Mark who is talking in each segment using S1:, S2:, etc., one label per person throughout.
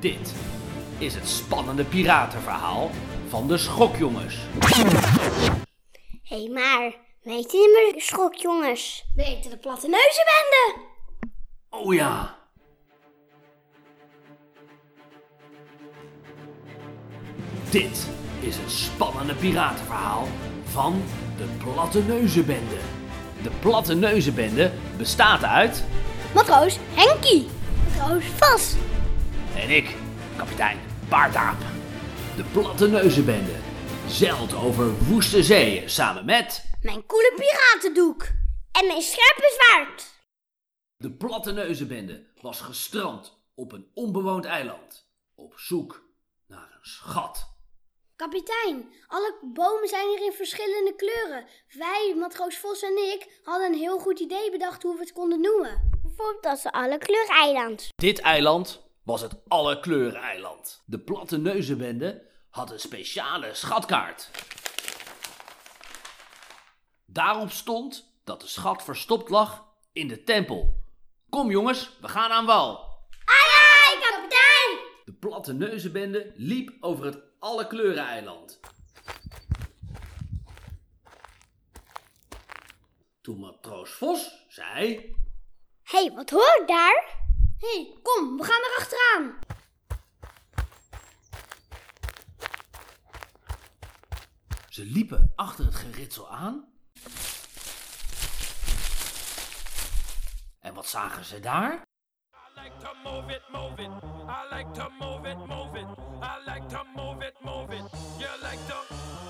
S1: Dit is het spannende piratenverhaal van de Schokjongens.
S2: Hé, hey, maar weet je niet meer schok, jongens? We eten de platte neuzenbende.
S1: Oh ja, dit is het spannende piratenverhaal van de Platte Neuzenbende. De Platte Neuzenbende bestaat uit
S2: Matroos Henkie. Matroos Vas.
S1: En ik, kapitein Paardaap. De Platte Neuzenbende zeilt over woeste zeeën samen met
S2: Mijn koele piratendoek. En mijn scherpe zwaard.
S1: De platte neuzenbende was gestrand op een onbewoond eiland. Op zoek naar een schat.
S2: Kapitein, alle bomen zijn hier in verschillende kleuren. Wij, matroos Vos en ik, hadden een heel goed idee bedacht hoe we het konden noemen. Bijvoorbeeld als alle kleureiland.
S1: Dit eiland was het eiland. De platte neuzenbende had een speciale schatkaart. Daarop stond dat de schat verstopt lag in de tempel. Kom jongens, we gaan aan wal.
S2: Ai, kapitein!
S1: De platte neuzenbende liep over het alle kleuren eiland. Toen matroos Vos zei...
S2: Hé, hey, wat hoor ik daar? Hé, hey, kom, we gaan er achteraan.
S1: Ze liepen achter het geritsel aan. En wat zagen ze daar?
S3: I like to move it, move it. I like to move it, move it. I like to move it, move it. You like to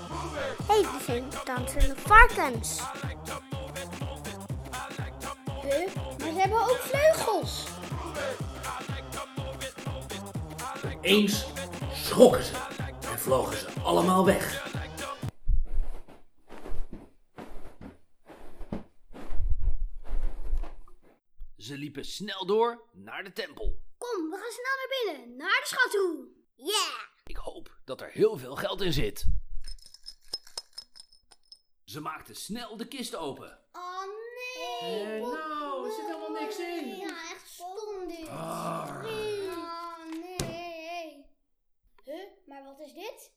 S3: move it.
S2: Hé, hey, er zijn dansende varkens.
S3: I like to move it, move it. I like to move
S2: maar ze hebben ook vleugels.
S3: it. I like to move it, move it. I like
S1: Eens schrokken ze en vlogen ze allemaal weg.
S3: you like to
S1: Ze liepen snel door naar de tempel.
S2: Kom, we gaan snel naar binnen, naar de schat toe. Yeah!
S1: Ik hoop dat er heel veel geld in zit. Ze maakten snel de kist open.
S2: Oh nee!
S1: nou, er zit helemaal niks in. Ah.
S2: Ja, echt stom dit.
S1: Arr.
S2: Oh nee. Huh, maar wat is dit?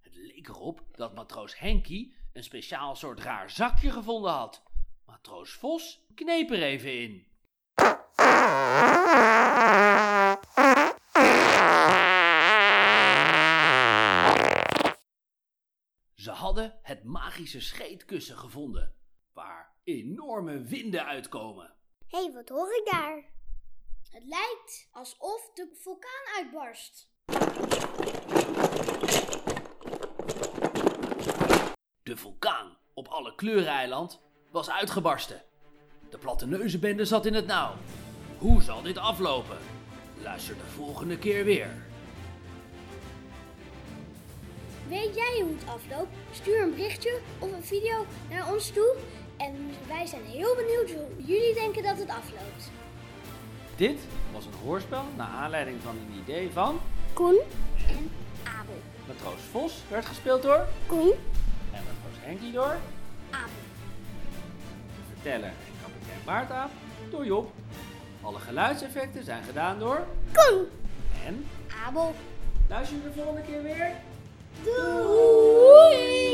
S1: Het leek erop dat matroos Henkie een speciaal soort raar zakje gevonden had. Matroos Vos kneep er even in. Ze hadden het magische scheetkussen gevonden, waar enorme winden uitkomen.
S2: Hé, hey, wat hoor ik daar? Het lijkt alsof de vulkaan uitbarst.
S1: De vulkaan op alle kleureneiland was uitgebarsten. De platteneuzenbende zat in het nauw. Hoe zal dit aflopen? Luister de volgende keer weer.
S2: Weet jij hoe het afloopt? Stuur een berichtje of een video naar ons toe. En wij zijn heel benieuwd hoe jullie denken dat het afloopt.
S1: Dit was een hoorspel naar aanleiding van een idee van
S2: Koen en Abel.
S1: Matroos Vos, werd gespeeld door
S2: Koen,
S1: en Matroos Henkie door
S2: Abel.
S1: Verteller en kapitein Baardaap door Job. Alle geluidseffecten zijn gedaan door
S2: Koen,
S1: en
S2: Abel.
S1: luister je de volgende keer weer.
S2: Doei!